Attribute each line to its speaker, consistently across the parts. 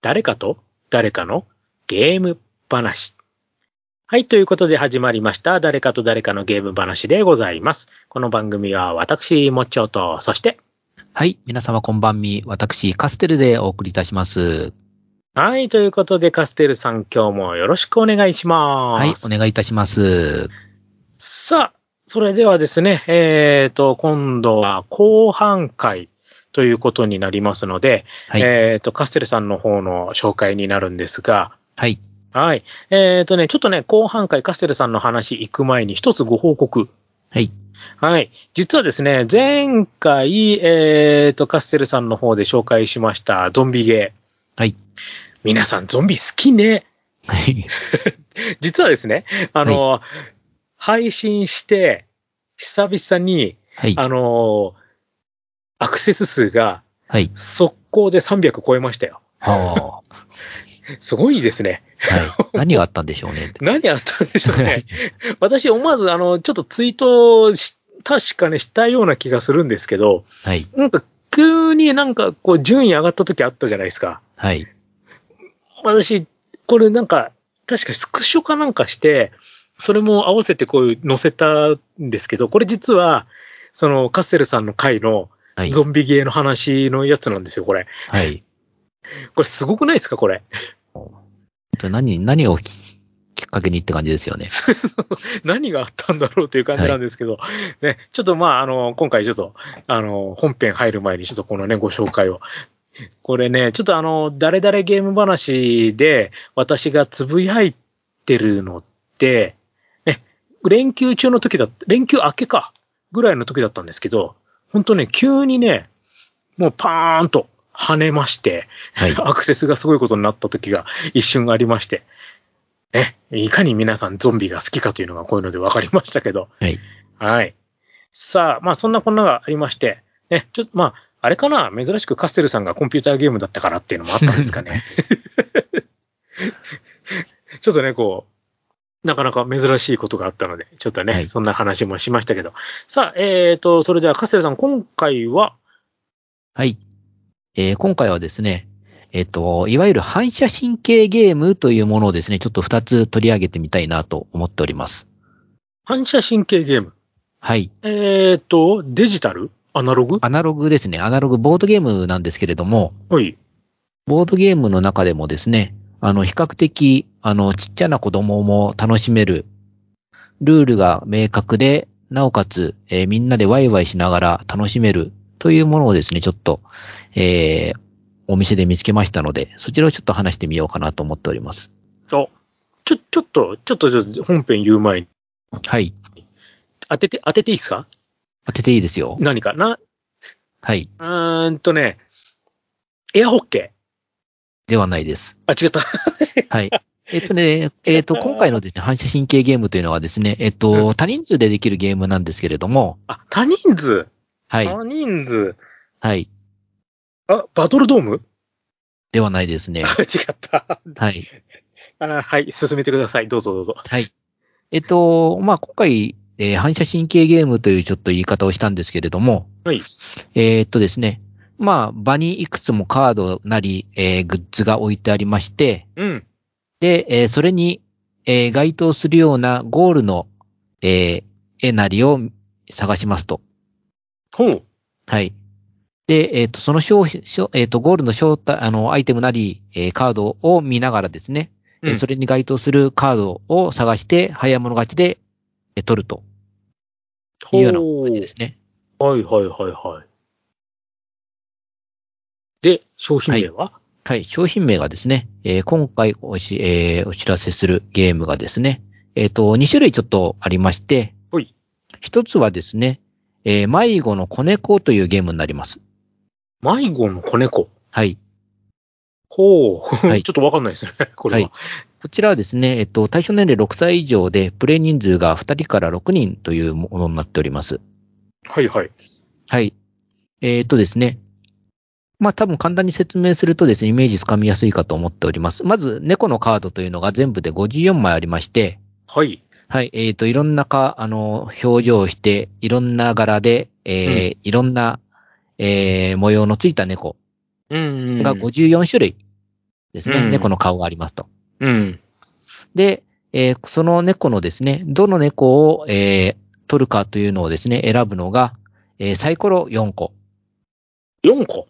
Speaker 1: 誰かと誰かのゲーム話。はい。ということで始まりました。誰かと誰かのゲーム話でございます。この番組は私、もっちょと、そして。
Speaker 2: はい。皆様こんばんみ。私、カステルでお送りいたします。。
Speaker 1: はい。ということで、カステルさん、今日もよろしくお願いします
Speaker 2: はい。お願いいたします。
Speaker 1: さあ、それではですね、えっ、ー、と、今度は後半回ということになりますので、はい、えっ、ー、と、カステルさんの方の紹介になるんですが、
Speaker 2: はい。
Speaker 1: はい。えっ、ー、とね、ちょっとね、後半回カステルさんの話行く前に一つご報告。
Speaker 2: はい。
Speaker 1: はい。実はですね、前回、えっ、ー、と、カステルさんの方で紹介しましたゾンビゲ
Speaker 2: ー。はい。
Speaker 1: 皆さんゾンビ好きね。
Speaker 2: はい。
Speaker 1: 実はですね、あの、はい、配信して、久々に、はい、あのアクセス数が、
Speaker 2: はい。
Speaker 1: 速攻で300超えましたよ。
Speaker 2: はあ。
Speaker 1: すごいですね。
Speaker 2: はい。何があったんでしょうね。
Speaker 1: 何があったんでしょうね。私、思わず、あの、ちょっとツイートし、確かね、したような気がするんですけど、
Speaker 2: はい。
Speaker 1: なんか、急になんか、こう、順位上がった時あったじゃないですか。
Speaker 2: はい。
Speaker 1: 私、これなんか、確かスクショかなんかして、それも合わせてこう載せたんですけど、これ実は、その、カッセルさんの回の、ゾンビゲーの話のやつなんですよ、これ。
Speaker 2: はい。
Speaker 1: これすごくないですか、これ。
Speaker 2: 何、何をきっかけにって感じですよね。
Speaker 1: 何があったんだろうという感じなんですけど、はい、ね、ちょっとまあ、あの、今回ちょっと、あの、本編入る前にちょっとこのね、ご紹介を。これね、ちょっとあの、誰々ゲーム話で私がつぶやいてるのって、ね、連休中の時だ、連休明けか、ぐらいの時だったんですけど、本当ね、急にね、もうパーンと跳ねまして、はい、アクセスがすごいことになった時が一瞬ありまして、ね、いかに皆さんゾンビが好きかというのがこういうので分かりましたけど、
Speaker 2: はい。
Speaker 1: はい。さあ、まあそんなこんながありまして、ね、ちょっとまあ、あれかな、珍しくカステルさんがコンピューターゲームだったからっていうのもあったんですか ね。ちょっとね、こう、なかなか珍しいことがあったので、ちょっとね、はい、そんな話もしましたけど。さあ、えっ、ー、と、それでは、カセルさん、今回は
Speaker 2: はい。えー、今回はですね、えっ、ー、と、いわゆる反射神経ゲームというものをですね、ちょっと2つ取り上げてみたいなと思っております。
Speaker 1: 反射神経ゲーム
Speaker 2: はい。
Speaker 1: えっ、ー、と、デジタルアナログ
Speaker 2: アナログですね。アナログボードゲームなんですけれども、
Speaker 1: はい。
Speaker 2: ボードゲームの中でもですね、あの、比較的、あの、ちっちゃな子供も楽しめる、ルールが明確で、なおかつ、えー、みんなでワイワイしながら楽しめるというものをですね、ちょっと、えー、お店で見つけましたので、そちらをちょっと話してみようかなと思っております。
Speaker 1: あ、ちょ、ちょっと、ちょっと、本編言う前に。
Speaker 2: はい。
Speaker 1: 当てて、当てていいですか
Speaker 2: 当てていいですよ。
Speaker 1: 何かな
Speaker 2: はい。
Speaker 1: うーんとね、エアホッケー。
Speaker 2: ではないです。
Speaker 1: あ、違った。
Speaker 2: はい。えっとね、えっと、今回のですね、反射神経ゲームというのはですね、えっと、多人数でできるゲームなんですけれども。
Speaker 1: あ、多人数
Speaker 2: はい。
Speaker 1: 多人数
Speaker 2: はい。
Speaker 1: あ、バトルドーム
Speaker 2: ではないで すね。違
Speaker 1: った。
Speaker 2: はい。
Speaker 1: あはい、進めてください。どうぞどうぞ。
Speaker 2: はい。えっと、まあ、今回、えー、反射神経ゲームというちょっと言い方をしたんですけれども。
Speaker 1: はい。
Speaker 2: えー、っとですね、まあ、場にいくつもカードなり、えー、グッズが置いてありまして、
Speaker 1: うん。
Speaker 2: で、えー、それに、えー、該当するようなゴールの、え絵なりを探しますと。
Speaker 1: ほう。
Speaker 2: はい。で、えっ、と、その商品、えっ、と、ゴールの正体、あの、アイテムなり、えカードを見ながらですね、うん、それに該当するカードを探して、早物勝ちで、え取ると。いうような感じですね。、
Speaker 1: はいはいはいはい。で、商品名は、はい
Speaker 2: はい、商品名がですね、えー、今回おし、えー、お知らせするゲームがですね、えっ、ー、と、2種類ちょっとありまして、
Speaker 1: はい。
Speaker 2: 1つはですね、え迷子の子猫というゲームになります。
Speaker 1: 迷子の子猫
Speaker 2: はい。
Speaker 1: ほう、はい 、ちょっとわかんないですね、これは。はい、
Speaker 2: こちらはですね、えっ、と、対象年齢6歳以上で、プレイ人数が2人から6人というものになっております。
Speaker 1: はいはい。
Speaker 2: はい。えっ、とですね、まあ多分簡単に説明するとですね、イメージつかみやすいかと思っております。まず、猫のカードというのが全部で54枚ありまして、
Speaker 1: はい。
Speaker 2: はい、えっ、ー、と、いろんなか、あの、表情をして、いろんな柄で、えー、うん、いろんな、えー、模様のついた猫
Speaker 1: うんうん、うん。
Speaker 2: が54種類ですね、
Speaker 1: うん
Speaker 2: 猫の顔がありますと。
Speaker 1: うん。
Speaker 2: で、えーその猫のですね、どの猫を、えー取るかというのをですね、選ぶのが、えーサイコロ4個、
Speaker 1: 4個。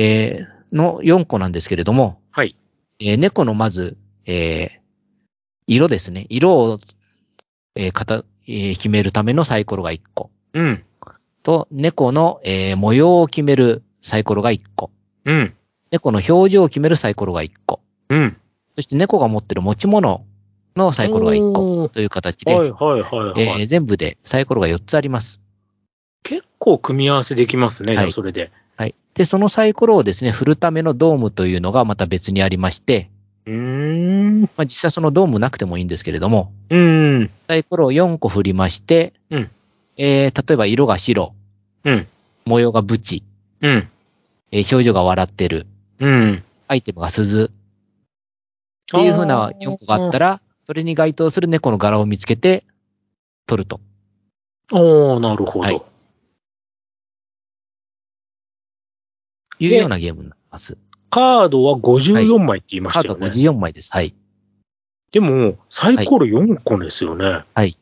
Speaker 2: えーの4個なんですけれども、
Speaker 1: はい。
Speaker 2: えー猫のまず、えー色ですね。色を、えーかたえー決めるためのサイコロが1個。
Speaker 1: うん。
Speaker 2: と、猫の、えー模様を決めるサイコロが1個。
Speaker 1: うん。
Speaker 2: 猫の表情を決めるサイコロが1個。
Speaker 1: うん。
Speaker 2: そして猫が持ってる持ち物のサイコロが1個
Speaker 1: 個。
Speaker 2: という形で、
Speaker 1: はいはいはいはい。
Speaker 2: えー全部でサイコロが4つあります。
Speaker 1: 結構組み合わせできますね、
Speaker 2: はい
Speaker 1: じゃあそれで。
Speaker 2: はい。で、そのサイコロをですね、振るためのドームというのがまた別にありまして、
Speaker 1: うーん。
Speaker 2: まあ実際そのドームなくてもいいんですけれども、
Speaker 1: うん。
Speaker 2: サイコロを4個振りまして、
Speaker 1: うん
Speaker 2: えー例えば色が白、
Speaker 1: うん。
Speaker 2: 模様がブチ、
Speaker 1: うん。
Speaker 2: えー表情が笑ってる、
Speaker 1: うん。
Speaker 2: アイテムが鈴、っていう風な4個があったら、それに該当する猫の柄を見つけて、取ると。
Speaker 1: おー、なるほど。
Speaker 2: はいいうようなゲームになります。
Speaker 1: カードは54枚って言いま
Speaker 2: カ
Speaker 1: し
Speaker 2: ー
Speaker 1: た
Speaker 2: ド
Speaker 1: よね。
Speaker 2: 54枚です。はい。
Speaker 1: でも、サイコロ4個ですよね。
Speaker 2: はい。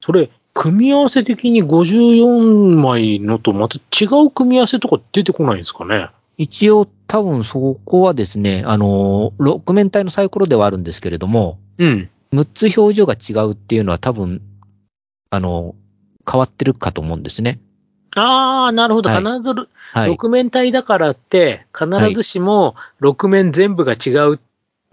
Speaker 1: それ、組み合わせ的に54枚のとまた違う組み合わせとか出てこないんですかね。
Speaker 2: 一応、多分そこはですね、あのー、6面体のサイコロではあるんですけれども、
Speaker 1: うん。
Speaker 2: 6つ表情が違うっていうのは多分、あのー、変わってるかと思うんですね。
Speaker 1: あー、なるほど。
Speaker 2: はい
Speaker 1: 必ず、
Speaker 2: はい。
Speaker 1: 6面体だからって、必ずしも6面全部が違う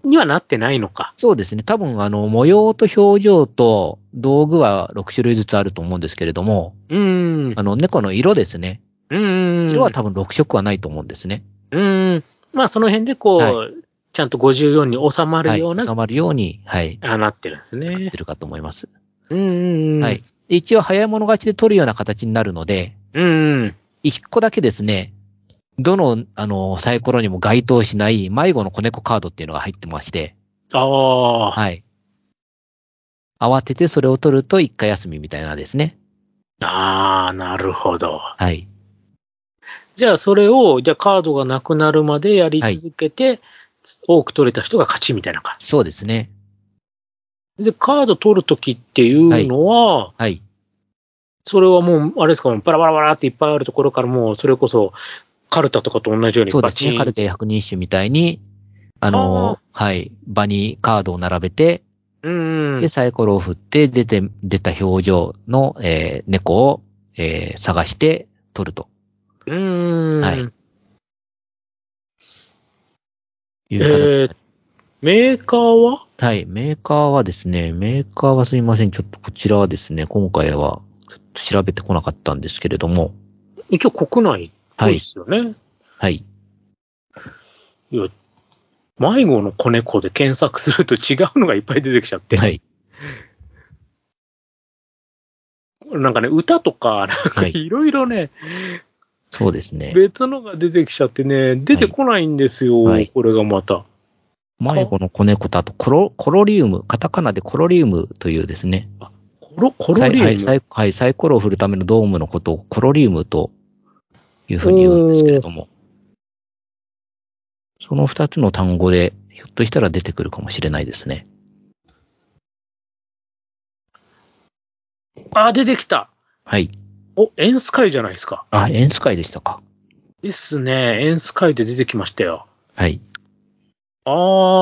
Speaker 1: にはなってないのか。
Speaker 2: そうですね。多分、あの、模様と表情と道具は6種類ずつあると思うんですけれども、
Speaker 1: うーん。
Speaker 2: あの、猫の色ですね。
Speaker 1: うーん。
Speaker 2: 色は多分6色はないと思うんですね。
Speaker 1: うーん。まあ、その辺でこう、
Speaker 2: は
Speaker 1: ちゃんと54に収ま
Speaker 2: は
Speaker 1: る
Speaker 2: い。
Speaker 1: ような、
Speaker 2: 収まるように、はい。
Speaker 1: あなってるんです
Speaker 2: 作っ
Speaker 1: ね
Speaker 2: て。るかと思います。
Speaker 1: うんうんうん。
Speaker 2: はい。。で一応、早い者勝ちで取るような形になるので、
Speaker 1: うんうん。
Speaker 2: 一個だけですね、どの、あの、サイコロにも該当しない迷子の子猫カードっていうのが入ってまして、
Speaker 1: ああ、
Speaker 2: はい。慌ててそれを取ると一回休みみたいなですね。
Speaker 1: ああ、なるほど。
Speaker 2: はい。
Speaker 1: じゃあ、それを、じゃあカードがなくなるまでやり続けて、多く取れた人が勝ちみたいな感
Speaker 2: そうですね。
Speaker 1: じ。で、カード取るときっていうのは、
Speaker 2: はい。
Speaker 1: それはもう、あれですか、バラバラバラっていっぱいあるところから、もう、それこそ、カルタとかと同じように
Speaker 2: そうで
Speaker 1: バ
Speaker 2: す
Speaker 1: チン、
Speaker 2: ね。カルテ百人一首みたいに、あの、はい。場にカードを並べて、
Speaker 1: うんうん
Speaker 2: で、サイコロを振って、出て、出た表情の、えー猫を、えー探して取ると
Speaker 1: うーん。
Speaker 2: はいいう形になります
Speaker 1: えー、メーカーは
Speaker 2: はい。メーカーはですね、メーカーはすいません。ちょっとこちらはですね、今回はちょっと調べてこなかったんですけれども、
Speaker 1: 一応国内っぽいですよね。
Speaker 2: はい。
Speaker 1: いや、迷子の子猫で検索すると違うのがいっぱい出てきちゃって。
Speaker 2: はい。
Speaker 1: なんかね、歌とか、なんか
Speaker 2: はい
Speaker 1: いろいろね、
Speaker 2: そうですね。
Speaker 1: 別のが出てきちゃってね、出てこないんですよ、
Speaker 2: はい
Speaker 1: これがまた。
Speaker 2: 迷子の子猫とあとコロ、コロリウム、カタカナでコロリウムというですね、
Speaker 1: コロ、コロリウム。
Speaker 2: サイはいサイはい、サイコロを振るためのドームのことをコロリウムというふうに言うんですけれども、その二つの単語で、ひょっとしたら出てくるかもしれないですね。
Speaker 1: あ、出てきた。
Speaker 2: はい。
Speaker 1: お、エンスカイじゃないですか。
Speaker 2: あ、演出会でしたか。
Speaker 1: ですね、エンスカイで出てきましたよ。
Speaker 2: はい。
Speaker 1: あ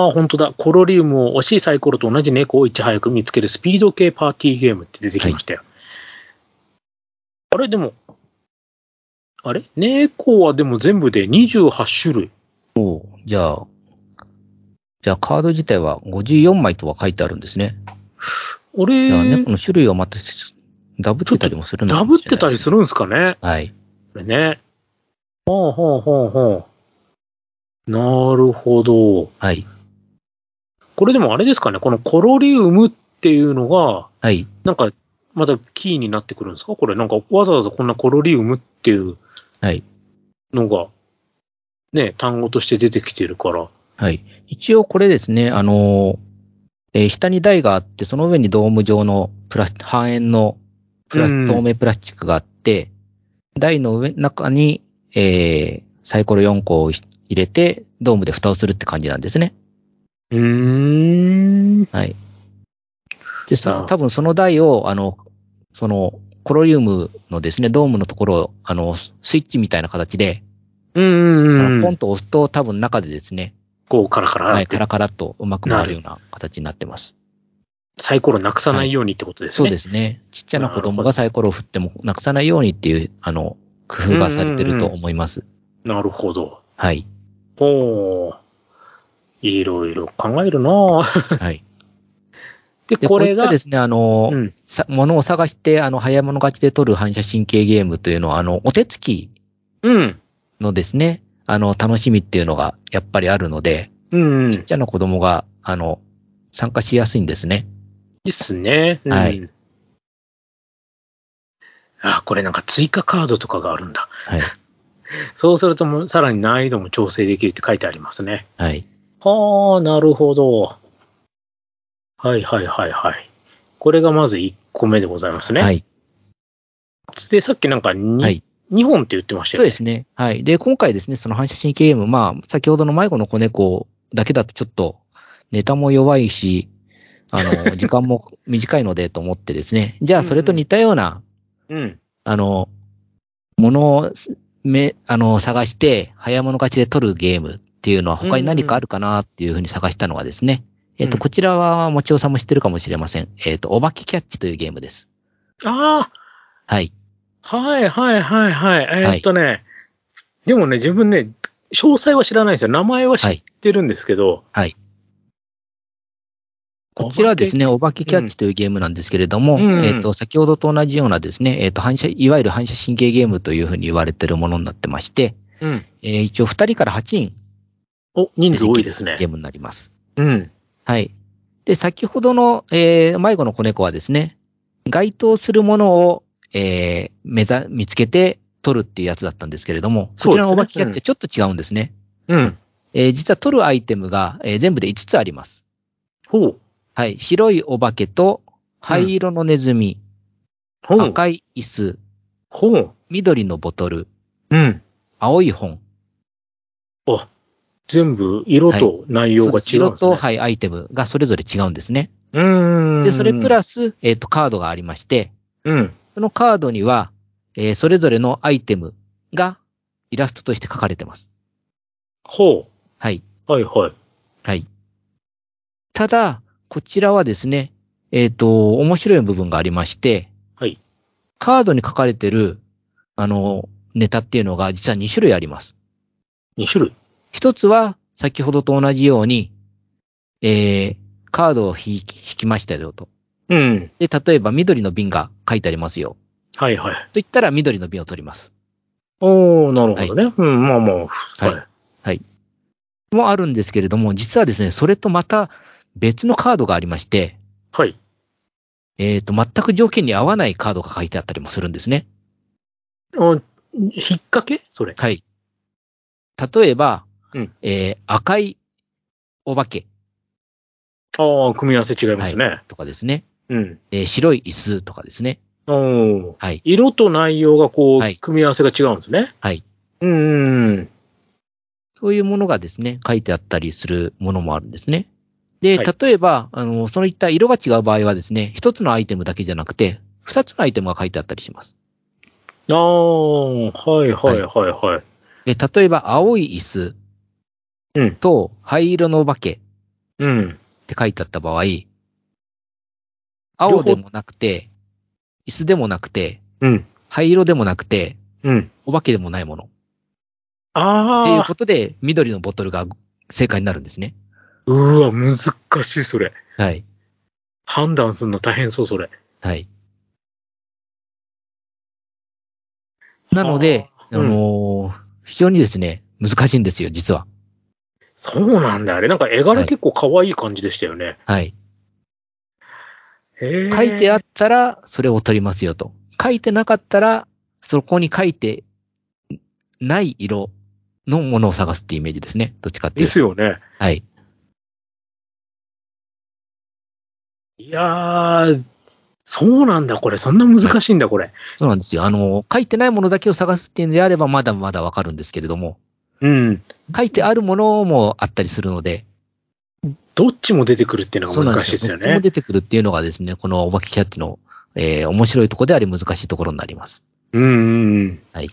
Speaker 1: あ、本当だ。コロリウムを惜しいサイコロと同じ猫をいち早く見つけるスピード系パーティーゲームって出てきましたよ。あれ、でも、あれ猫はでも全部で28種類。
Speaker 2: じゃあ、じゃあカード自体は54枚とは書いてあるんですね。
Speaker 1: あれ
Speaker 2: いや、猫の種類はまたダブってたりもするの
Speaker 1: ダ
Speaker 2: か
Speaker 1: ブ
Speaker 2: も
Speaker 1: っ
Speaker 2: しれな
Speaker 1: て
Speaker 2: い
Speaker 1: たりするんですかね
Speaker 2: はい。
Speaker 1: これね。ほうほうほうほう。なるほど。
Speaker 2: はい。
Speaker 1: これでもあれですかねこのコロリウムっていうのが、
Speaker 2: はい。
Speaker 1: なんか、またキーになってくるんですかこれなんかわざわざこんなコロリウムっていう
Speaker 2: はい。
Speaker 1: のが、ね、単語として出てきてるから。
Speaker 2: はい。一応これですね、あのーえー下に台があって、その上にドーム状のプラス、半円のプラ
Speaker 1: う
Speaker 2: ス
Speaker 1: ん
Speaker 2: 透明プラスチックがあって、台の上、中に、えーサイコロ4個を入れて、ドームで蓋をするって感じなんですね。
Speaker 1: うーん。
Speaker 2: はい。で
Speaker 1: あ
Speaker 2: さ
Speaker 1: あ、
Speaker 2: 多分その台を、あの、その、コロリウムのですね、ドームのところを、あの、ススイッチみたいな形で、
Speaker 1: うん
Speaker 2: あ
Speaker 1: うんう
Speaker 2: の
Speaker 1: ん。
Speaker 2: ポンと押すと、多分中でですね、
Speaker 1: こう、カラカラ
Speaker 2: は
Speaker 1: っ
Speaker 2: い、カ
Speaker 1: て、
Speaker 2: ラカラっとうまく回るような形になってます。
Speaker 1: サイコロなくさないようにってことです
Speaker 2: そう
Speaker 1: ね。。
Speaker 2: ですすね。ちっちゃな子
Speaker 1: なるほ
Speaker 2: 供
Speaker 1: ど
Speaker 2: がサイコロを振ってもなくさないようにっていう、あの、工夫がされてると思います。
Speaker 1: なるほど。
Speaker 2: はい。
Speaker 1: ほう。いろいろ考えるなぁ
Speaker 2: はい。
Speaker 1: で、
Speaker 2: で、
Speaker 1: こ
Speaker 2: こう
Speaker 1: れ
Speaker 2: いった
Speaker 1: が、
Speaker 2: ですね、あの、
Speaker 1: うん。
Speaker 2: さ、ものを探して、あの、早物勝ちで取る反射神経ゲームというのは、あの、お手つき
Speaker 1: うん。
Speaker 2: のですね、あの、楽しみっていうのがやっぱりあるので、
Speaker 1: うん。
Speaker 2: ちっちゃな子供が、あの、参加しやすいんですね。
Speaker 1: ですね。うん、
Speaker 2: はい。
Speaker 1: あ、これなんか追加カードとかがあるんだ。
Speaker 2: はい。
Speaker 1: そうするともう、さらに難易度も調整できるって書いてありますね。
Speaker 2: はい。
Speaker 1: はあ、なるほど。はいはいはいはい。これがまず1個目でございます ね。
Speaker 2: はい。
Speaker 1: で、さっきなんか 2,、
Speaker 2: はい。
Speaker 1: 2本って言ってました
Speaker 2: そう
Speaker 1: よね。
Speaker 2: ですね。はい。で、今回ですね、その反射神経ゲーム、まあ、先ほどの迷子の子猫だけだとちょっと、ネタも弱いし、あの、時間も短いのでと思ってですね、じゃあそれと似たような、
Speaker 1: うん。
Speaker 2: あの、ものを、め、あの、探して、早物勝ちで取るゲームっていうのは他に何かあるかなっていうふうに探したのはですね、
Speaker 1: うん
Speaker 2: えっと、こちらは、もちおさんも知ってるかもしれません。えっと、お化けキャッチというゲームです。
Speaker 1: あ
Speaker 2: はい。
Speaker 1: あ、はいはいはいはい。えーっとね、でもね、自分ね、詳細は知らないんですよ。名前は知ってるんですけど。
Speaker 2: はいこちらはです
Speaker 1: ね。
Speaker 2: ね、お化けキャッチというゲームなんですけれども、
Speaker 1: うんうん
Speaker 2: えっと、先ほどと同じようなですね、えっと、反射、いわゆる反射神経ゲームというふうに言われてるものになってまして、
Speaker 1: うん。
Speaker 2: えー一応2人から8人
Speaker 1: お、
Speaker 2: で
Speaker 1: 人
Speaker 2: で
Speaker 1: 数
Speaker 2: き
Speaker 1: 多
Speaker 2: る
Speaker 1: いです
Speaker 2: ゲ
Speaker 1: ね
Speaker 2: ー。ムになります。
Speaker 1: うん。
Speaker 2: はい。で、先ほどの、えー迷子の子猫はですね、該当するものを、えー目ざ、見つけて取るっていうやつだったんですけれども、
Speaker 1: そうです
Speaker 2: こち
Speaker 1: ね
Speaker 2: らのお化けキャッチはちょっと違うんですね。
Speaker 1: うん。
Speaker 2: えー実は取るアイテムが、えー全部で5つあります。
Speaker 1: ほう。
Speaker 2: はい。白いお化けと、灰色のネズミ、
Speaker 1: ほう。
Speaker 2: 赤い椅子、
Speaker 1: ほう。
Speaker 2: 緑のボトル、
Speaker 1: うん。
Speaker 2: 青い本、
Speaker 1: あ、全部色と内容が違うん
Speaker 2: 色
Speaker 1: ですね。
Speaker 2: と、はい、アイテムがそれぞれ違うんですね。
Speaker 1: うーん。
Speaker 2: で、それプラス、えっ、と、カードがありまして、
Speaker 1: うん。
Speaker 2: そのカードには、えーそれぞれのアイテムがイラストとして書かれてます。
Speaker 1: ほ
Speaker 2: はい。
Speaker 1: う。はいはい。
Speaker 2: はい。ただ、こちらはですね、えっ、と、面白い部分がありまして、
Speaker 1: はい。
Speaker 2: カードに書かれてる、あの、ネタっていうのが実は2種類あります。
Speaker 1: 2種類。
Speaker 2: 一つは、先ほどと同じように、えー、カードを引き引きましたよと。
Speaker 1: うん。
Speaker 2: で、例えば緑の瓶が書いてありますよ。
Speaker 1: はいはい。
Speaker 2: と言ったら緑の瓶を取ります。
Speaker 1: おー、なるほどね。うん、まあまあ。
Speaker 2: はいもあるんですけれども、実はですね、それとまた別のカードがありまして、
Speaker 1: はい。
Speaker 2: えっ、と、全く条件に合わないカードが書いてあったりもするんですね。
Speaker 1: あ、引っ掛けそれ。
Speaker 2: はい。例えば、
Speaker 1: うん
Speaker 2: えー赤いお化け
Speaker 1: ああ、組み合わせ違いますね。
Speaker 2: とかですね、
Speaker 1: うん。
Speaker 2: えー白い椅子とかですね。
Speaker 1: おー。
Speaker 2: はい。
Speaker 1: 色と内容がこう、
Speaker 2: はい
Speaker 1: 組み合わせが違うんですね。
Speaker 2: はい。
Speaker 1: うーん。
Speaker 2: そういうものがですね、書いてあったりするものもあるんですね。で、
Speaker 1: はい
Speaker 2: 例えば、あの、そのいった色が違う場合はですね、一つのアイテムだけじゃなくて、二つのアイテムが書いてあったりします。
Speaker 1: ああ、はいはいはいはい。
Speaker 2: で、例えば、青い椅
Speaker 1: うん
Speaker 2: 子と灰色のお化け
Speaker 1: うん。
Speaker 2: って書いてあった場合、青でもなくて、椅子でもなくて、
Speaker 1: うん。
Speaker 2: 灰色でもなくて、
Speaker 1: うん。
Speaker 2: お化けでもないもの。っていう
Speaker 1: ああ
Speaker 2: こ、とで、緑のボトルが正解になるんですね。
Speaker 1: うわ、難しい、それ。
Speaker 2: はい。
Speaker 1: 判断するの大変そう、それ。
Speaker 2: はい。なので、
Speaker 1: あ
Speaker 2: あ
Speaker 1: ーうん
Speaker 2: のー非常にですね、難しいんですよ、実は。
Speaker 1: そうなんだ、あれ。なんか絵
Speaker 2: は
Speaker 1: 柄
Speaker 2: い
Speaker 1: 結構可愛い感じでしたよね。
Speaker 2: はい。
Speaker 1: へえ。
Speaker 2: 書いてあ
Speaker 1: っ
Speaker 2: ったら、それを取りますよと。書いてなかったら、そこに書いてない色のものを探すってイメージですね。どっちかってい
Speaker 1: で
Speaker 2: うと。
Speaker 1: すよね。
Speaker 2: はい。
Speaker 1: いやー、そうなんだ、これ。そんな難しいんだ、これ。
Speaker 2: そうなんですよ。あの、書いてないものだけを探すっていうんであれば、まだまだわかるんですけれども、
Speaker 1: うん。
Speaker 2: 書いてあるものもあったりするので、
Speaker 1: どっちも出てくるっていうのが難しいですよ
Speaker 2: どっちも
Speaker 1: ね。
Speaker 2: 出てくるっていうのがですね、このお化けキャッチの、えー面白いところであり難しいところになります。
Speaker 1: うんうんうん。
Speaker 2: はい。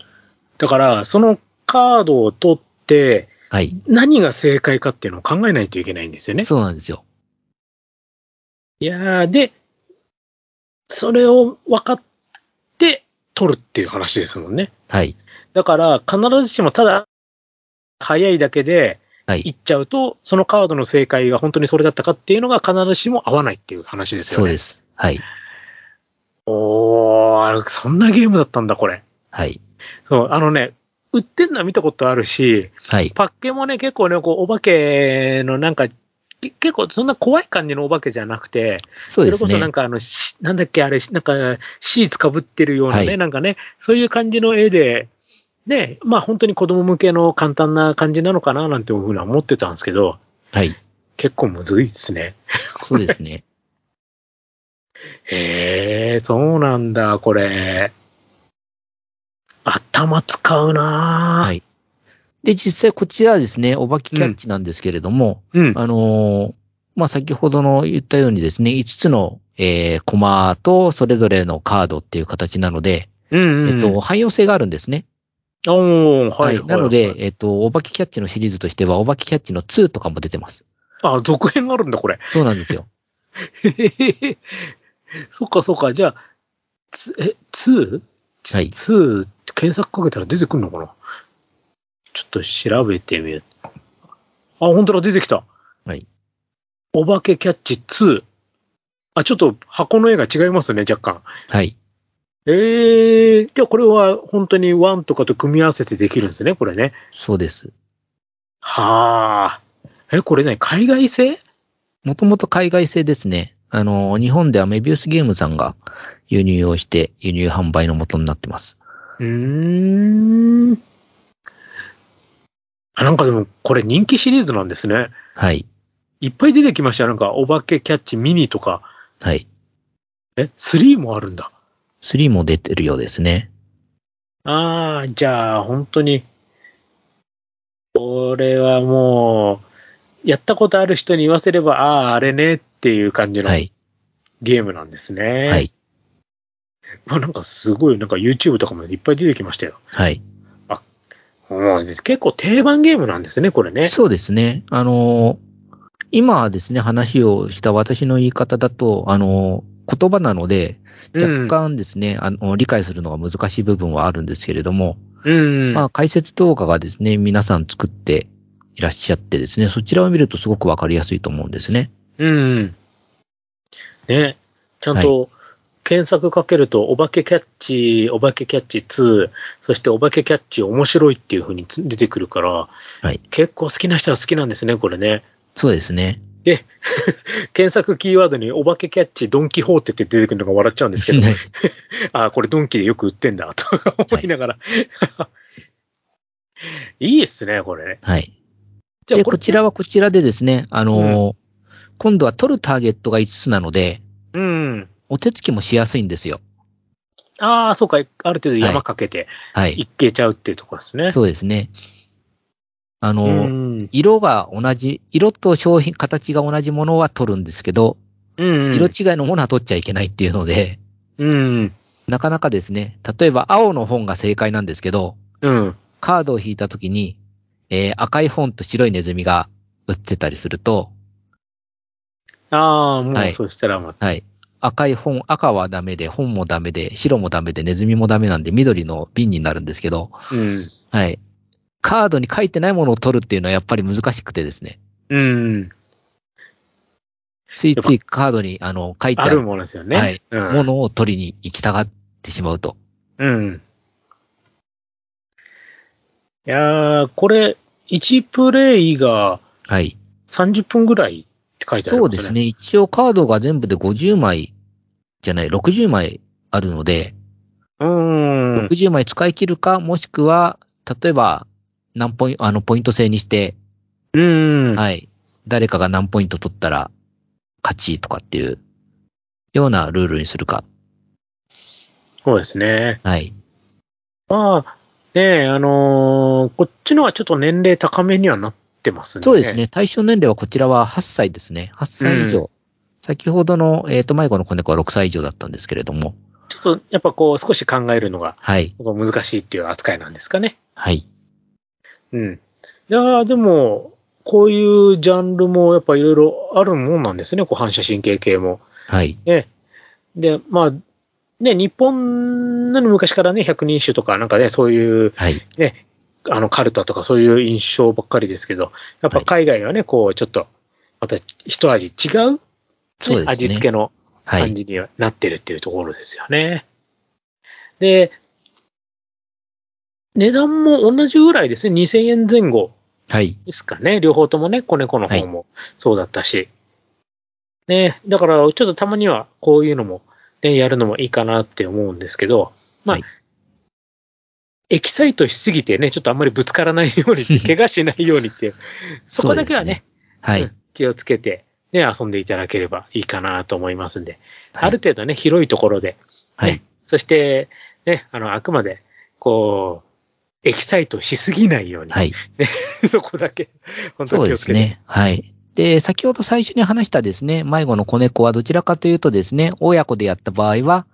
Speaker 1: だから、そのカードを取って、
Speaker 2: はい。
Speaker 1: 何が正解かっていうのを考えないといけないんですよね。
Speaker 2: そうなんですよ。
Speaker 1: いやー、で、それを分かって取るっていう話ですもんね。
Speaker 2: はい。
Speaker 1: だから、必ずしもただ、早いだけで
Speaker 2: はい。
Speaker 1: 行っちゃうと、そのカードの正解が本当にそれだったかっていうのが必ずしも合わないっていう話ですよね。
Speaker 2: そうです。はい。
Speaker 1: おー、あれそんなゲームだったんだ、これ。
Speaker 2: はい。
Speaker 1: そう、あのね、売ってんのは見たことあるし、
Speaker 2: はい。
Speaker 1: パッケもね、結構ね、こう、お化けのなんか、け結構そんな怖い感じのお化けじゃなくて、
Speaker 2: そうで
Speaker 1: れ
Speaker 2: す
Speaker 1: こそな
Speaker 2: ね
Speaker 1: ん。かあの、しなんだっけあれ、しなんかシーツかぶってるようなね、
Speaker 2: はい
Speaker 1: なんかね、そういう感じの絵で、ね、まあ本当に子供向けの簡単な感じなのかななんていうふうには思ってたんですけど、
Speaker 2: はい。
Speaker 1: 結構むずいですね。
Speaker 2: そうですね。
Speaker 1: へえ、そうなんだ、これ。頭使うなぁ
Speaker 2: はい で、実際こちらはですね、お化けキャッチなんですけれども、
Speaker 1: うん。
Speaker 2: あのーまあ、先ほどの言ったようにですね、5つの、えー、コマとそれぞれのカードっていう形なので、
Speaker 1: うん、うん。
Speaker 2: えっと、、汎用性があるんですね。
Speaker 1: おー、はい。
Speaker 2: なの
Speaker 1: は
Speaker 2: で
Speaker 1: い、
Speaker 2: えっと、お化けキャッチのシリーズとしては、お化けキャッチの2とかも出てます。
Speaker 1: あ、続編があるんだ、これ。
Speaker 2: そうなんです よ。
Speaker 1: へへへへ そっか、そっか。じゃあ、つえ、2?
Speaker 2: はい。
Speaker 1: 2って検索かけたら出てくるのかなちょっと調べてみる。あ、本当だ、出てきた。
Speaker 2: はい。
Speaker 1: お化けキャッチ2。あ、ちょっと箱の絵が違いますね、若干。
Speaker 2: はい。
Speaker 1: ええじゃあこれは本当に1とかと組み合わせてできるんですね、これね。
Speaker 2: そうです。
Speaker 1: はあ。え、これね、海外製
Speaker 2: もともと海外製ですね。あのー、日本ではメビウスゲームさんが輸入をして、輸入販売の元になってます。
Speaker 1: うーん。あ、なんかでも、これ人気シリーズなんですね。
Speaker 2: はい。
Speaker 1: いっぱい出てきましたよ。なんか、お化けキャッチミニとか。
Speaker 2: はい。
Speaker 1: え、3もあるんだ。
Speaker 2: 3も出てるようですね。
Speaker 1: ああ、じゃあ、本当に、これはもう、やったことある人に言わせれば、ああ、あれねっていう感じの
Speaker 2: はい。
Speaker 1: ゲームなんですね。
Speaker 2: はい。
Speaker 1: まあなんかすごい、なんか YouTube とかもいっぱい出てきましたよ。
Speaker 2: はい。
Speaker 1: うん結構定番ゲームなんですね、これね。
Speaker 2: そうですね。あのー、今ですね、話をした私の言い方だと、あのー、言葉なので、
Speaker 1: うん
Speaker 2: 若干ですね、あの、理解するのが難しい部分はあるんですけれども、
Speaker 1: うん。
Speaker 2: まあ、解説動画がですね、皆さん作っていらっしゃってですね、そちらを見るとすごくわかりやすいと思うんですね。
Speaker 1: うん。ね。ちゃんと、検索かけると、お化けキャッチ、お化けキャッチ2、そしてお化けキャッチ面白いっていう風につ出てくるから、
Speaker 2: はい
Speaker 1: 結構好きな人は好きなんですね、これね。
Speaker 2: そうですね。
Speaker 1: で、検索キーワードにお化けキャッチ、ドンキホーテって出てくるのが笑っちゃうんですけど、 ああ、これドンキでよく売ってんだ、とか思いながら。 いいっすね、これね。
Speaker 2: はい。
Speaker 1: じゃあ
Speaker 2: で、こちらはこちらでですね、あのー今度は取るターゲットが5つなので、
Speaker 1: うん。
Speaker 2: お手つきもしやすいんですよ。
Speaker 1: ああ、そうか、ある程度山かけて、
Speaker 2: はい。
Speaker 1: いけちゃうっていうところですね。
Speaker 2: そうですね。あの
Speaker 1: う
Speaker 2: ー
Speaker 1: ん。
Speaker 2: 色が同じ、色と商品、形が同じものは取るんですけど、
Speaker 1: うん。
Speaker 2: 色違いのものは取っちゃいけないっていうので、
Speaker 1: うん。
Speaker 2: なかなかですね、例えば青の本が正解なんですけど、
Speaker 1: うん。
Speaker 2: カードを引いたときに、えー赤い本と白いネズミが売ってたりすると、
Speaker 1: ああ、も
Speaker 2: は
Speaker 1: う
Speaker 2: い
Speaker 1: そしたらまた。
Speaker 2: はい。赤い本、赤はダメで、本もダメで、白もダメで、ネズミもダメなんで、緑の瓶になるんですけど、
Speaker 1: うん。
Speaker 2: はい。カードに書いてないものを取るっていうのはやっぱり難しくてですね。
Speaker 1: うん。
Speaker 2: ついついカードに、あの、書いて
Speaker 1: あ
Speaker 2: あ
Speaker 1: る
Speaker 2: る
Speaker 1: ものですよね。
Speaker 2: はい。
Speaker 1: うん。
Speaker 2: ものを取りに行きたがってしまうと。
Speaker 1: うん。いやー、これ、1プレイが
Speaker 2: はい。
Speaker 1: 30分ぐらいって書いてある
Speaker 2: そうです。ね。一応カードが全部で50枚じゃない、60枚あるので、
Speaker 1: うーん。
Speaker 2: 60枚使い切るか、もしくは、例えば、何ポイント、あの、ポイント制にして、
Speaker 1: うん。
Speaker 2: はい。誰かが何ポイント取ったら、勝ちとかっていう、ようなルールにするか。
Speaker 1: そうですね。
Speaker 2: はい。
Speaker 1: まあ、ねえ、あのーこっちのはちょっと年齢高めにはなってますね。
Speaker 2: そうですね。。対象年齢はこちらは8歳ですね。8歳以上。
Speaker 1: う
Speaker 2: 先ほどの、えっ、と、迷子の子猫は6歳以上だったんですけれども。
Speaker 1: ちょっと、やっぱこう、少し考えるのが
Speaker 2: はい。
Speaker 1: 難しいっていう扱いなんですかね。
Speaker 2: はい。
Speaker 1: うん。いやーでも、こういうジャンルもやっぱいろいろあるもんなんですね、こう反射神経系も。
Speaker 2: はい。
Speaker 1: ね。で、まあ、ね、日本の昔からね、百人種とかなんかね、そういう、
Speaker 2: はい。
Speaker 1: ね、あの、カルタとかそういう印象ばっかりですけど、やっぱ海外はね、こう、ちょっと、また一味違う、ね
Speaker 2: そうですね。
Speaker 1: 味付けの
Speaker 2: は
Speaker 1: 感
Speaker 2: い。
Speaker 1: じにはなってるっていうところですよね。で、値段も同じぐらいですね。2000円前後
Speaker 2: はい。
Speaker 1: ですかね。両方ともね、子猫の方もそうだったし。ね、だからちょっとたまにはこういうのも、ね、やるのもいいかなって思うんですけど、まあ、
Speaker 2: はい
Speaker 1: エキサイトしすぎてね、ちょっとあんまりぶつからないように って、怪我しないようにって、そこだけはね、
Speaker 2: は
Speaker 1: う
Speaker 2: い
Speaker 1: ん。気をつけて、ね、遊んでいただければいいかなと思いますんで、
Speaker 2: はい
Speaker 1: ある程度ね、広いところで、
Speaker 2: は
Speaker 1: ね
Speaker 2: い。
Speaker 1: そして、ね、あの、あくまで、こう、エキサイトしすぎないように、
Speaker 2: はい。
Speaker 1: そこだけ、本当
Speaker 2: そう
Speaker 1: に気
Speaker 2: で
Speaker 1: をつ
Speaker 2: す
Speaker 1: けて。
Speaker 2: ね。はい。で、先ほど最初に話したですね、迷子の子猫はどちらかというとですね、親子でやった場合は、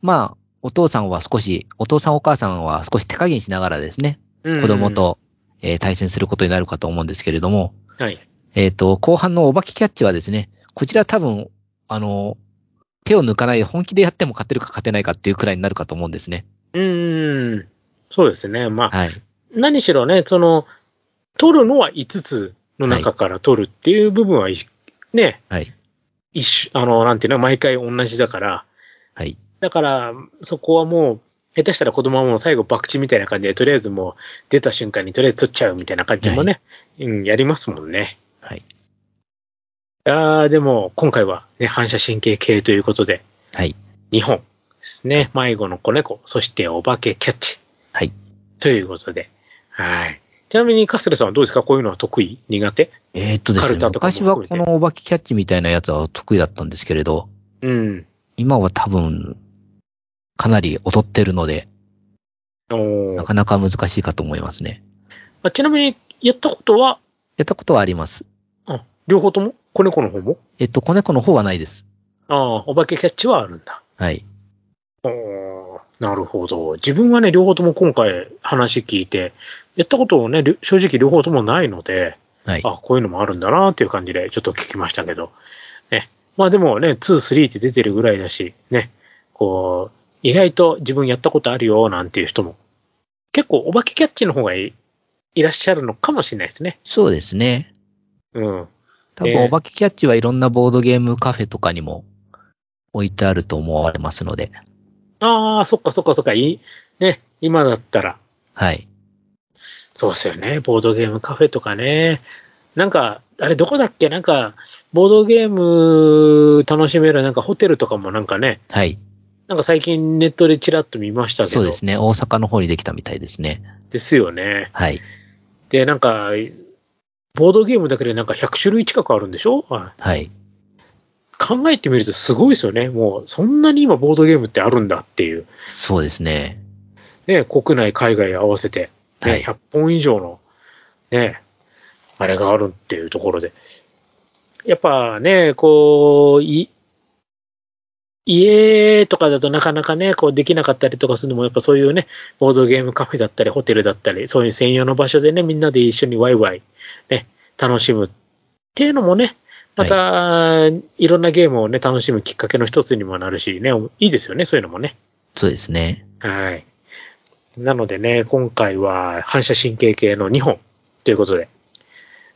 Speaker 2: まあ、お父さんは少し、お父さんお母さんは少し手加減しながらですね、
Speaker 1: うん
Speaker 2: 子供。と、えー対戦することになるかと思うんですけれども、
Speaker 1: はい。
Speaker 2: えっ、と、後半のお化けキャッチはですね、こちら多分、あの、手を抜かないで本気でやっても勝てるか勝てないかっていうくらいになるかと思うんですね。
Speaker 1: うん。そうですね。まあ、
Speaker 2: はい。
Speaker 1: 何しろね、その、取るのは5つの中から取るっていう部分は、いね、
Speaker 2: はい。
Speaker 1: 一緒、あの、なんていうの、毎回同じだから、
Speaker 2: はい。
Speaker 1: だから、そこはもう、下手したら子供はもう最後、博打みたいな感じで、とりあえずもう、出た瞬間にとりあえず取っちゃうみたいな感じもね、うん、やりますもんね。
Speaker 2: はい。
Speaker 1: いやーでも、今回は、ね、反射神経系ということで、
Speaker 2: はい。
Speaker 1: 2本ですね。迷子の子猫、そしてお化けキャッチ。
Speaker 2: はい。
Speaker 1: ということで。はい。ちなみに、カステルさんはどうですかこういうのは得意苦手
Speaker 2: えーっとで
Speaker 1: カ
Speaker 2: す
Speaker 1: ル
Speaker 2: ね、
Speaker 1: タとかも
Speaker 2: 昔
Speaker 1: 含
Speaker 2: は
Speaker 1: めて
Speaker 2: このお化けキャッチみたいなやつは得意だったんですけれど、
Speaker 1: うん。
Speaker 2: 今は多分、かなり劣ってるので、
Speaker 1: おー
Speaker 2: なかなか難しいかと思いますね。
Speaker 1: まあちなみに、やったことは、
Speaker 2: やったことはあります。
Speaker 1: あ両方とも子猫の方も
Speaker 2: えっと、子猫の方はないです。
Speaker 1: ああ、お化けキャッチはあるんだ。
Speaker 2: はい。
Speaker 1: おーなるほど。自分はね、両方とも今回話聞いて、やったことをね、りょ正直両方ともないので、
Speaker 2: はい。
Speaker 1: あ、こういうのもあるんだなっていう感じでちょっと聞きましたけど。ね。まあでもね、2、3って出てるぐらいだし、ね。こう、意外と自分やったことあるよなんていう人も、結構お化けキャッチの方がいいらっしゃるのかもしれないですね。
Speaker 2: そうですね。
Speaker 1: うん。
Speaker 2: 多
Speaker 1: えー
Speaker 2: 分、お化けキャッチはいろんなボードゲームカフェとかにも置いてあると思われますので、
Speaker 1: ああ、そっかそっかそっか、いい。ね、今だったら、
Speaker 2: はい。
Speaker 1: そうですよね。ボードゲームカフェとかね。なんか、あれどこだっけなんか、ボードゲーム楽しめるなんかホテルとかもなんかね、
Speaker 2: はい。
Speaker 1: なんか最近ネットでチラッと見ましたけど。
Speaker 2: そうですね。大阪の方にできたみたいですね。
Speaker 1: ですよね。
Speaker 2: はい。
Speaker 1: で、なんか、ボードゲームだけでなんか100種類近くあるんでしょはい
Speaker 2: はい。
Speaker 1: 考えてみるとすごいですよね。もう、そんなに今ボードゲームってあるんだっていう。
Speaker 2: そうですね。
Speaker 1: ね、国内、海外合わせて、ね、
Speaker 2: はい
Speaker 1: 100本以上の、ね、あれがあるっていうところで。やっぱね、こう、い、家とかだとなかなかね、こうできなかったりとかするのも、やっぱそういうね、ボードゲームカフェだったり、ホテルだったり、そういう専用の場所でね、みんなで一緒にワイワイ、ね、楽しむっていうのもね、また、いろんなゲームをね、楽しむきっかけの一つにもなるしね、いいですよね、そういうのもね。
Speaker 2: そうですね。
Speaker 1: はい。なのでね、今回は反射神経系の2本ということで、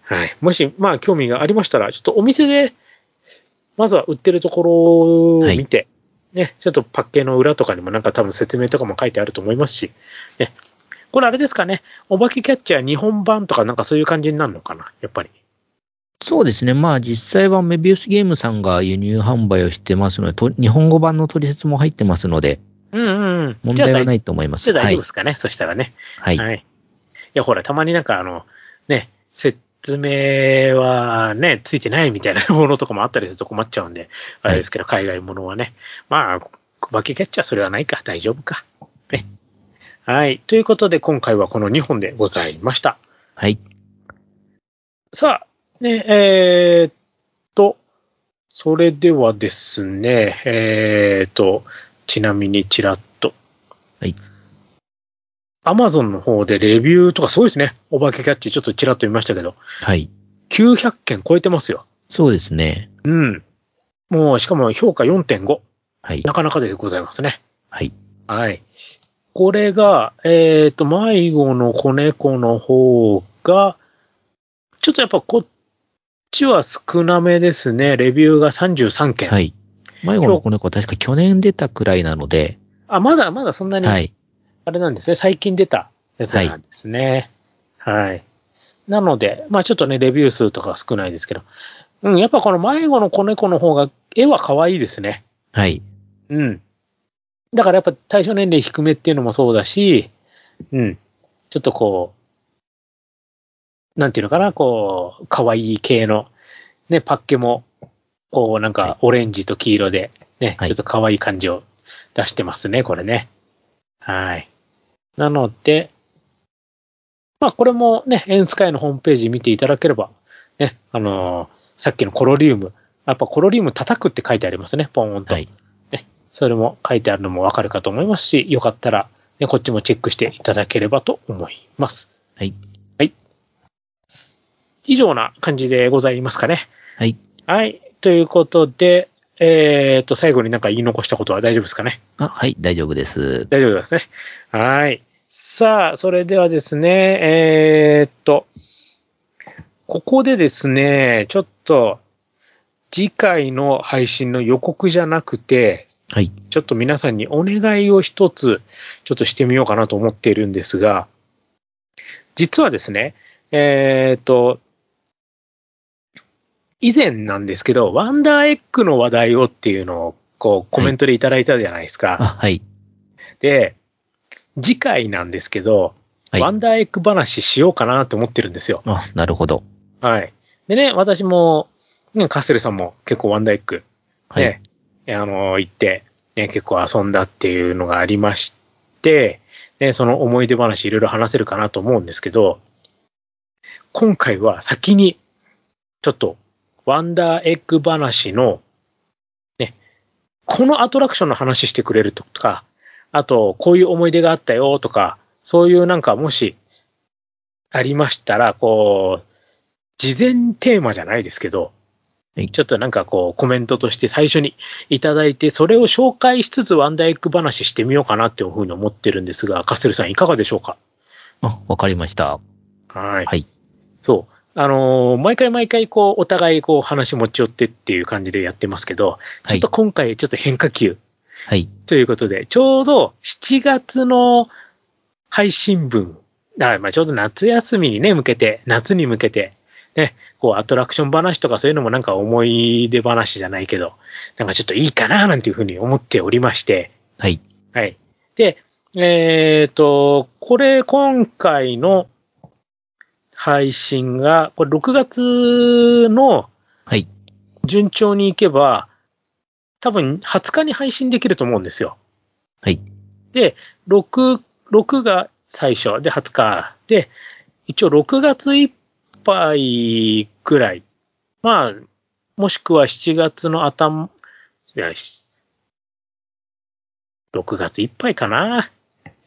Speaker 1: はい。もし、まあ、興味がありましたら、ちょっとお店で、まずは売ってるところを見て、ね、ちょっとパッケージの裏とかにもなんか多分説明とかも書いてあると思いますし、ね。これあれですかね、お化けキャッチャー日本版とかなんかそういう感じになるのかな、やっぱり。
Speaker 2: そうですね。まあ実際はメビウスゲームさんが輸入販売をしてますので、と日本語版の取説も入ってますので、
Speaker 1: うんうんうん。。
Speaker 2: 問題はないいと思いま
Speaker 1: じ
Speaker 2: す。
Speaker 1: ゃあ
Speaker 2: は
Speaker 1: 大丈
Speaker 2: い
Speaker 1: 夫で。すかね、そしたらね。
Speaker 2: はい。
Speaker 1: はい。いや、ほら、たまになんかあの、ね、説明はね、ついてないみたい なものとかもあったりすると困っちゃうんで、あれですけど、海外ものはね。まあ、バケキャッチャーそれはないか、大丈夫か。ね。はい。ということで、今回はこの2本でございました。
Speaker 2: はい。
Speaker 1: さあ、ね、えーっと、それではですね、えーっと、ちなみにちらっと。
Speaker 2: はい。
Speaker 1: アマゾンの方でレビューとかすごいですね。お化けキャッチちょっとちらっと見ましたけど、
Speaker 2: はい。
Speaker 1: 900件超えてますよ。
Speaker 2: そうですね。
Speaker 1: うん。もう、しかも評価4.5。
Speaker 2: はい。
Speaker 1: なかなかでございますね。
Speaker 2: はい。
Speaker 1: はい。これが、えっ、と、迷子の子猫の方が、ちょっとやっぱこっちは少なめですね。レビューが33件。
Speaker 2: はい。迷子の子猫は確か去年出たくらいなので、
Speaker 1: あ、まだまだそんなに、
Speaker 2: はい。
Speaker 1: あれなんですね。最近出たやつなんですね。はい。なので、まあちょっとね、レビュー数とかは少ないですけど。うん、やっぱこの迷子の子猫の方が、絵は可愛いですね。
Speaker 2: はい。
Speaker 1: うん。だからやっぱ対象年齢低めっていうのもそうだし、うん。ちょっとこう、なんていうのかな、こう、可愛い系の、ね、パッケも、こうなん
Speaker 2: はい
Speaker 1: かオレンジと黄色で、ね、
Speaker 2: はい
Speaker 1: ちょっと可愛い感じを出してますね、これね。はい。なので、まあこれもね、エンスカイのホームページ見ていただければ、ね、あのーさっきのコロリウム、やっぱコロリウム叩くって書いてありますね、ポーンと。
Speaker 2: はい。
Speaker 1: それも書いてあるのもわかるかと思いますし、よかったら、ね、こっちもチェックしていただければと思います。
Speaker 2: はい。
Speaker 1: 以上な感じでございますかね。
Speaker 2: はい。
Speaker 1: はい。ということで、えっ、と、最後になんか言い残したことは大丈夫ですかね。
Speaker 2: あ、はい。大丈夫です。
Speaker 1: 大丈夫ですね。はい。さあ、それではですね、えーっと、ここでですね、ちょっと、次回の配信の予告じゃなくて、
Speaker 2: はい。
Speaker 1: ちょっと皆さんにお願いを一つ、ちょっとしてみようかなと思っているんですが、実はですね、えーっと、以前なんですけど、ワンダーエッグの話題をっていうのを、こう、コメントでいただいたじゃないですか。
Speaker 2: あ、はい。
Speaker 1: で、次回なんですけど、
Speaker 2: はい
Speaker 1: ワンダーエッグ話しようかなと思ってるんですよ。
Speaker 2: あ、なるほど。
Speaker 1: はい。でね、私も、ねカッセルさんも結構ワンダーエッグ、
Speaker 2: はい。
Speaker 1: ね、あの、行って、ね、結構遊んだっていうのがありまして、ね、その思い出話いろいろ話せるかなと思うんですけど、今回は先に、ちょっと、ワンダーエッグ話の、ね、このアトラクションの話してくれるとか、あと、こういう思い出があったよとか、そういうなんかもし、ありましたら、こう、事前テーマじゃないですけど、
Speaker 2: はい
Speaker 1: ちょっとなんかこう、コメントとして最初にいただいて、それを紹介しつつワンダーエッグ話してみようかなっていうふうに思ってるんですが、カッセルさんいかがでしょうか
Speaker 2: あ、わかりました。
Speaker 1: はい。
Speaker 2: はい
Speaker 1: そう。あのー毎回毎回、こう、お互い、こう、話持ち寄ってっていう感じでやってますけど、ち
Speaker 2: は
Speaker 1: ょっ
Speaker 2: い
Speaker 1: と。今回、ちょっと変化球
Speaker 2: はい。
Speaker 1: ということで、ちょうど7月の配信分、あまあ、ちょうど夏休みにね、向けて、夏に向けて、ね、こう、アトラクション話とかそういうのもなんか思い出話じゃないけど、なんかちょっといいかな、なんていうふうに思っておりまして、
Speaker 2: はい。
Speaker 1: はい。で、えっ、と、これ、今回の配信が、これ6月の
Speaker 2: はい。
Speaker 1: 順調にいけば、多分20日に配信できると思うんですよ。
Speaker 2: はい。
Speaker 1: で、6、6が最初で20日で、一応6月いっぱいくらい。まあ、もしくは7月の頭、いや、し6月いっぱいかな。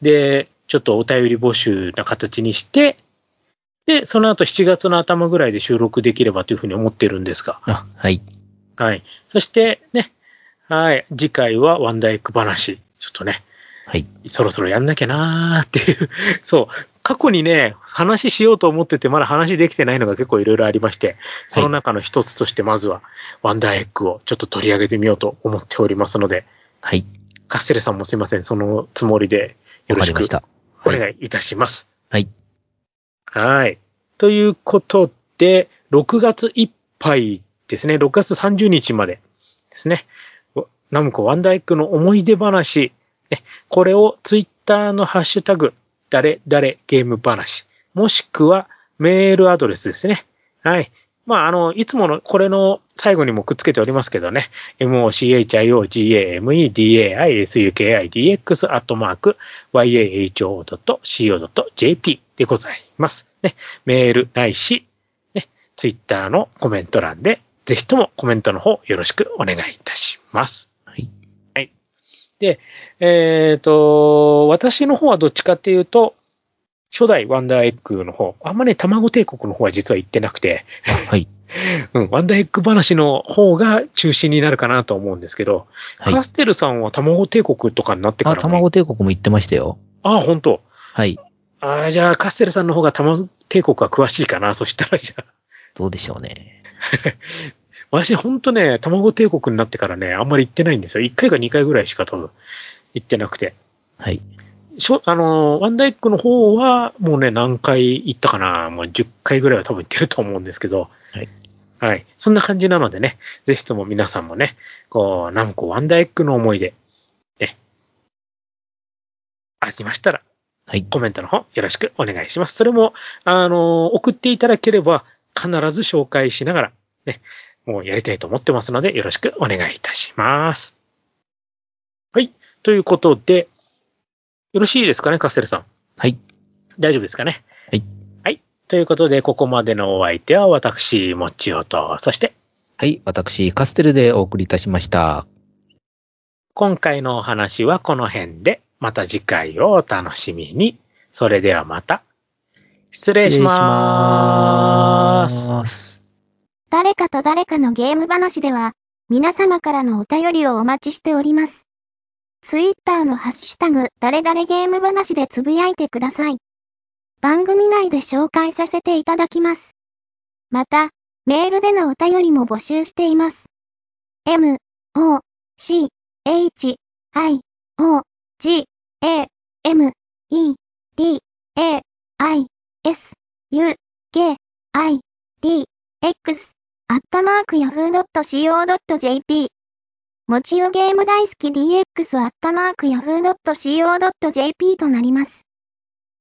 Speaker 1: で、ちょっとお便り募集な形にして、で、その後7月の頭ぐらいで収録できればというふうに思ってるんですが。
Speaker 2: あ、はい。
Speaker 1: はい。そしてね、はい、次回はワンダイク話。ちょっとね、
Speaker 2: はい。
Speaker 1: そろそろやんなきゃなーっていう。 そう。過去にね、話しようと思ってて、まだ話できてないのが結構いろいろありまして、その中の一つとして、まずは、ワンダーエッグをちょっと取り上げてみようと思っておりますので、
Speaker 2: はい。
Speaker 1: カッセルさんもすいません、そのつもりでよろ
Speaker 2: わか
Speaker 1: し
Speaker 2: りま
Speaker 1: く
Speaker 2: した。
Speaker 1: お
Speaker 2: はい。
Speaker 1: 願いいたします。
Speaker 2: はい。
Speaker 1: はい。ということで、6月いっぱいですね、6月30日までですね、おナムコワンダイクの思い出話、ね、これをツイッターのハッシュタグ、誰誰ゲーム話、もしくはメールアドレスですね。はい。まあ、あの、いつものこれの最後にもくっつけておりますけどね、mochiogame,daisuki,dx アットマーク yaho.co.jp でございます。ね、メールないし、ね、ツイッターのコメント欄で、ぜひともコメントの方よろしくお願いいたします。
Speaker 2: はい。
Speaker 1: はい。で、えっ、と、私の方はどっちかっていうと、初代ワンダーエッグの方、あんまね、卵帝国の方は実は行ってなくて、
Speaker 2: はい。
Speaker 1: うん、ワンダーエッグ話の方が中心になるかなと思うんですけど、
Speaker 2: は
Speaker 1: カ
Speaker 2: い。
Speaker 1: ステルさんは卵帝国とかになってか
Speaker 2: あ、
Speaker 1: ら、
Speaker 2: 卵帝国も言ってましたよ。
Speaker 1: ああ、本当。
Speaker 2: はい。
Speaker 1: ああ、じゃあカステルさんの方が卵帝国は詳しいかな。そしたらじゃあ。
Speaker 2: どうでしょうね。
Speaker 1: 私本当ね、 卵帝国になってからね、あんまり行ってないんですよ。1回か2回ぐらいしか多分行ってなくて。
Speaker 2: はい。
Speaker 1: しょあのー、ワンダイクの方は、もうね、何回行ったかな、もう10回ぐらいは多分行ってると思うんですけど、
Speaker 2: はい。
Speaker 1: はい。そんな感じなのでね、ぜひとも皆さんもね、こう、ナムコワンダイクの思い出、ね、ありましたら、
Speaker 2: はい。
Speaker 1: コメントの方よろしくお願いします。それも、あのー、送っていただければ、必ず紹介しながら、ね、もうやりたいと思ってますので、よろしくお願いいたします。はい。ということで、よろしいですかね、カステルさん。
Speaker 2: はい。
Speaker 1: 大丈夫ですかね。
Speaker 2: はい。
Speaker 1: はい。ということで、ここまでのお相手は、私、もちおと、そして、
Speaker 2: はい。私、カステルでお送りいたしました。
Speaker 1: 今回のお話はこの辺で、また次回をお楽しみに。それではまた。失礼します。
Speaker 2: 失礼します。
Speaker 3: 誰かと誰かのゲーム話では、皆様からのお便りをお待ちしております。ツイッターのハッシュタグ、誰々ゲーム話でつぶやいてください。番組内で紹介させていただきます。また、メールでのお便りも募集しています。m, o, c, h, i, o, g, a, m, e, d, a, i, s, u, k, i, d, x, アットマーク yahoo.co.jp。もちよゲーム大好き dx アットマーク yahoo.co.jp となります。